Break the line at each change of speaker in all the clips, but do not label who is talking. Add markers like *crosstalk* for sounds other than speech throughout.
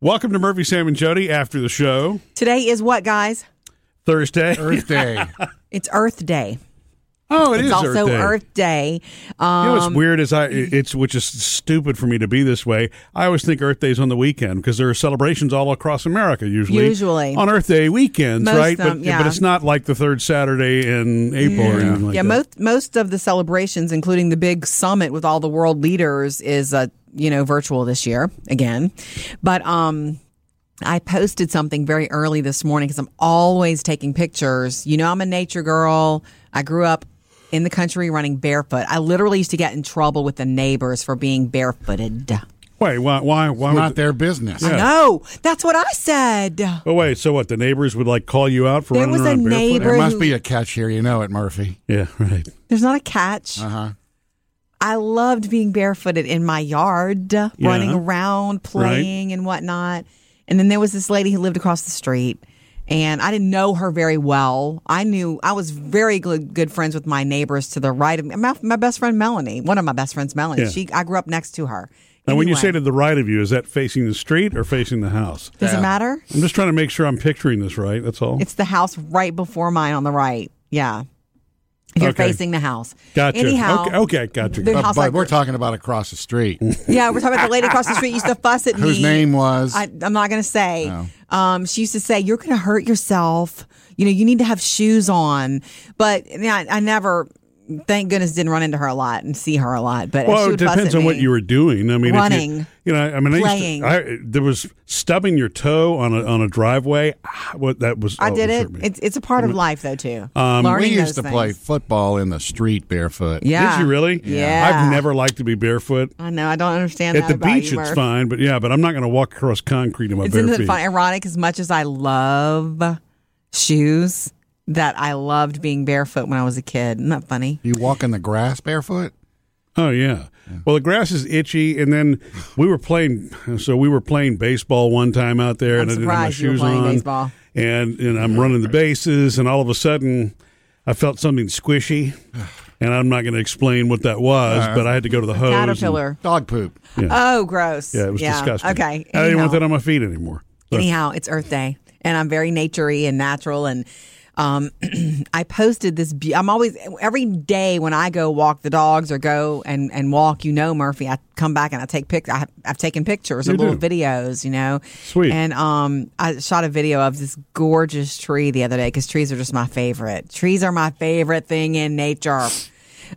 Welcome to Murphy, Sam, and Jody after the show.
Today is what, guys?
Thursday.
Earth Day.
It's Earth Day.
*laughs* Oh,
it's
it's
also Earth Day. Um,
You know what's weird is I it's which is stupid for me to be this way. I always think Earth Day's on the weekend because there are celebrations all across America usually.
Usually.
on Earth Day weekends,
Most
right?
of them,
but
yeah.
but it's not like the third Saturday in April or anything like
yeah,
that.
most most of the celebrations, including the big summit with all the world leaders, is uh, you know virtual this year again. But um, I posted something very early this morning because I'm always taking pictures. You know, I'm a nature girl. I grew up in the country running barefoot. I literally used to get in trouble with the neighbors for being barefooted.
wait, why? Why? Why?
Not
Would,
their business.
Yeah.
No, that's what I said.
oh, wait. So what? The neighbors would like call you out for
There
running
was a
around barefoot?
neighbor
There must
who-
be a catch here. You know it, Murphy.
Yeah, right.
There's not a catch.
Uh-huh.
I loved being barefooted in my yard, running around, playing and whatnot. And then there was this lady who lived across the street, and I didn't know her very well. I knew I was very good, good friends with my neighbors to the right of me. My, my best friend Melanie, one of my best friends, Melanie.
Yeah.
She, I grew up next to her.
Now, when you say
Anyway,
to the right of you, is that facing the street or facing the house?
does it
Yeah.
matter?
I'm just trying to make sure I'm picturing this right. That's all.
It's the house right before mine on the right. Yeah, if you're
Okay.
facing the house.
Gotcha.
Anyhow,
okay, okay, gotcha.
The
Uh, But,
house I
but
grew-
we're talking about across the street.
yeah, we're talking about the lady across the street used to
*laughs*
fuss at me.
Whose name was?
I, I'm not going to say. Um, she used to say, "You're going to hurt yourself. You know, you need to have shoes on." But you know, I, I never, thank goodness, didn't run into her a lot and see her a lot. But she
Well, it
would fuss
depends
at
on what
me.
you were doing. I mean, If you,
Running.
you know, I mean, I, used
Playing.
to, I there was stubbing your toe on a on a driveway. Ah, What that was. oh,
I
Mm. Um,
did it.
hurt me.
It's, it's a part of life, though, too.
we
Learning
used
those
to
things.
play football in the street barefoot.
Yeah.
Did you really?
Yeah.
I've never liked to be barefoot.
I know. I don't understand
At
that
the
about
beach,
you,
it's
Murph.
fine, but yeah, but I'm not going to walk across concrete in my bare
Isn't it
feet.
fun, ironic? As much as I love shoes, that I loved being barefoot when I was a kid. Isn't that funny?
You walk in the grass barefoot?
Oh yeah. Well, the grass is itchy, and then we were playing. So we were playing baseball one time out there,
I'm
and I didn't have my
surprised you were
shoes
playing
on.
baseball.
And and I'm running the bases, and all of a sudden, I felt something squishy, and I'm not going to explain what that was, but I had to go to the hose. and-
Caterpillar.
Dog poop.
Oh, gross.
yeah, it was disgusting.
Okay.
I didn't
Anyhow.
want that on my feet anymore.
*laughs*
So-
Anyhow, it's Earth Day, and I'm very naturey and natural. And um, *clears throat* I posted this. Be- I'm always every day when I go walk the dogs or go and, and walk. You know, Murphy, I come back and I take pic. I have, I've taken pictures or
You
little
do.
videos. You know,
Sweet.
And um, I shot a video of this gorgeous tree the other day because trees are just my favorite. Trees are my favorite thing in nature.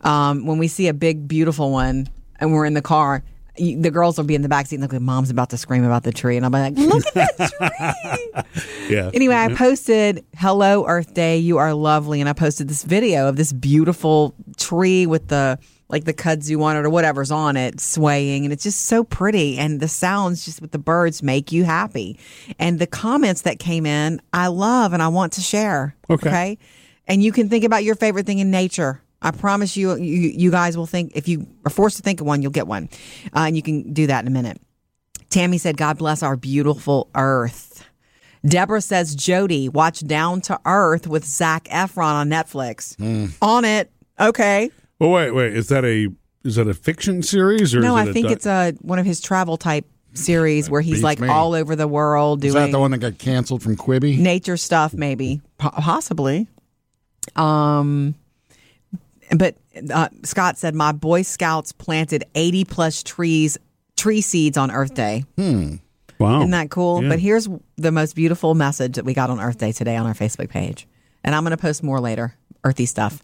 Um, when we see a big, beautiful one, and we're in the car. you- The girls will be in the backseat and look like mom's about to scream about the tree. And I'll be like, look at that tree.
yeah.
Anyway, I posted "Hello Earth Day, you are lovely," and I posted this video of this beautiful tree with the like the kudzu on it or whatever's on it swaying, and it's just so pretty. And the sounds just with the birds make you happy. And the comments that came in, I love and I want to share.
Okay.
and you can think about your favorite thing in nature. I promise you, you, you guys will think if you are forced to think of one, you'll get one, uh, and you can do that in a minute. Tammy said, God bless our beautiful earth. Deborah says, Jody, watch Down to Earth with Zach Efron on Netflix.
Hmm.
On it. Okay.
Well, wait, wait. Is that a is that a fiction series or
No,
Is
I
it a
think
doc-
it's a one of his travel type series where he's
beats
like
me.
all over the world
Is
doing
that the one that got canceled from Quibi?
nature stuff, maybe, Po- possibly. Um, but uh, Scott said, my Boy Scouts planted 80 plus trees, tree seeds on Earth Day.
wow.
Isn't that cool? But here's the most beautiful message that we got on Earth Day today on our Facebook page. And I'm going to post more later, earthy stuff.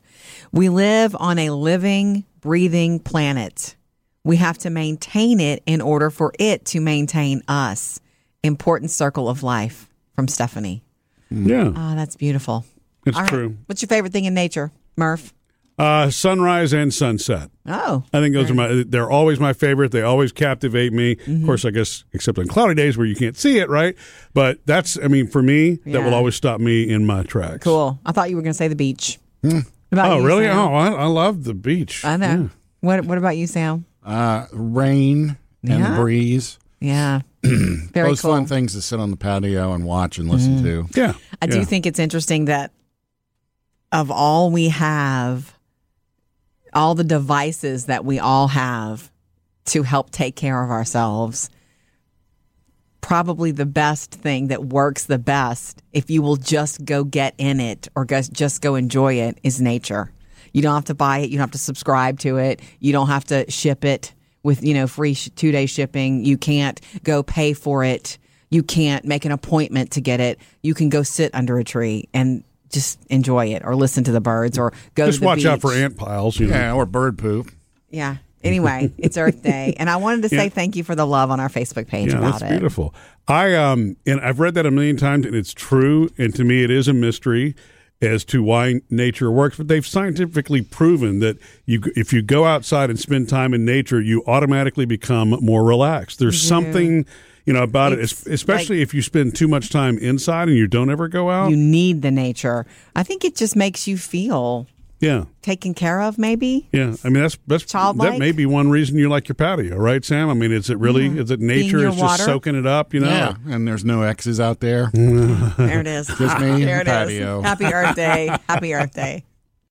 We live on a living, breathing planet. We have to maintain it in order for it to maintain us. Important circle of life from Stephanie.
yeah,
Ah, that's beautiful.
it's
All right.
true.
What's your favorite thing in nature, Murph?
Uh, sunrise and sunset.
Oh,
I think those are my. They're always my favorite. They always captivate me.
Mm-hmm.
Of course, I guess except on cloudy days where you can't see it, right? But that's. I mean, for me, that will
Yeah.
always stop me in my tracks.
cool. I thought you were going to say the beach. What about
Oh,
you,
really?
Sam?
Oh, I, I love the beach.
I know. What, what about you, Sam?
Uh, rain and
Yeah.
the breeze.
*clears throat*
Yeah. Very
Those
cool. Mm.
fun things to sit on the patio and watch and listen to.
Yeah.
I do
yeah.
think it's interesting that of all we have, all the devices that we all have to help take care of ourselves, probably the best thing that works the best if you will just go get in it or go, just go enjoy it is nature. You don't have to buy it. You don't have to subscribe to it. You don't have to ship it with, you know, free sh- two day shipping. You can't go pay for it. You can't make an appointment to get it. You can go sit under a tree and just enjoy it or listen to the birds or go to
Just
the
watch out for
beach.
ant piles. You know.
Yeah, or bird poop.
Yeah. Anyway, it's Earth
*laughs*
Day, and I wanted to say thank you for the love on our Facebook page
Yeah,
about
that's
it.
beautiful. I um and I've read that a million times and it's true and to me it is a mystery as to why nature works, but they've scientifically proven that you if you go outside and spend time in nature, you automatically become more relaxed. There's something you know about
It's
it, es- especially if you spend too much time inside and you don't ever go out.
You need the nature. I think it just makes you feel
yeah.
taken care
*laughs*
of. Maybe
Yeah, I mean that's that's
Childlike?
that may be one reason you like your patio, right, Sam? I mean, is it really is it nature?
your
It's
water?
just soaking it up, you know?
Yeah, and there's no X's out there.
there it is.
Just me
*laughs*
and
there it
the
is.
patio. *laughs*
Happy Earth Day. Happy Earth Day.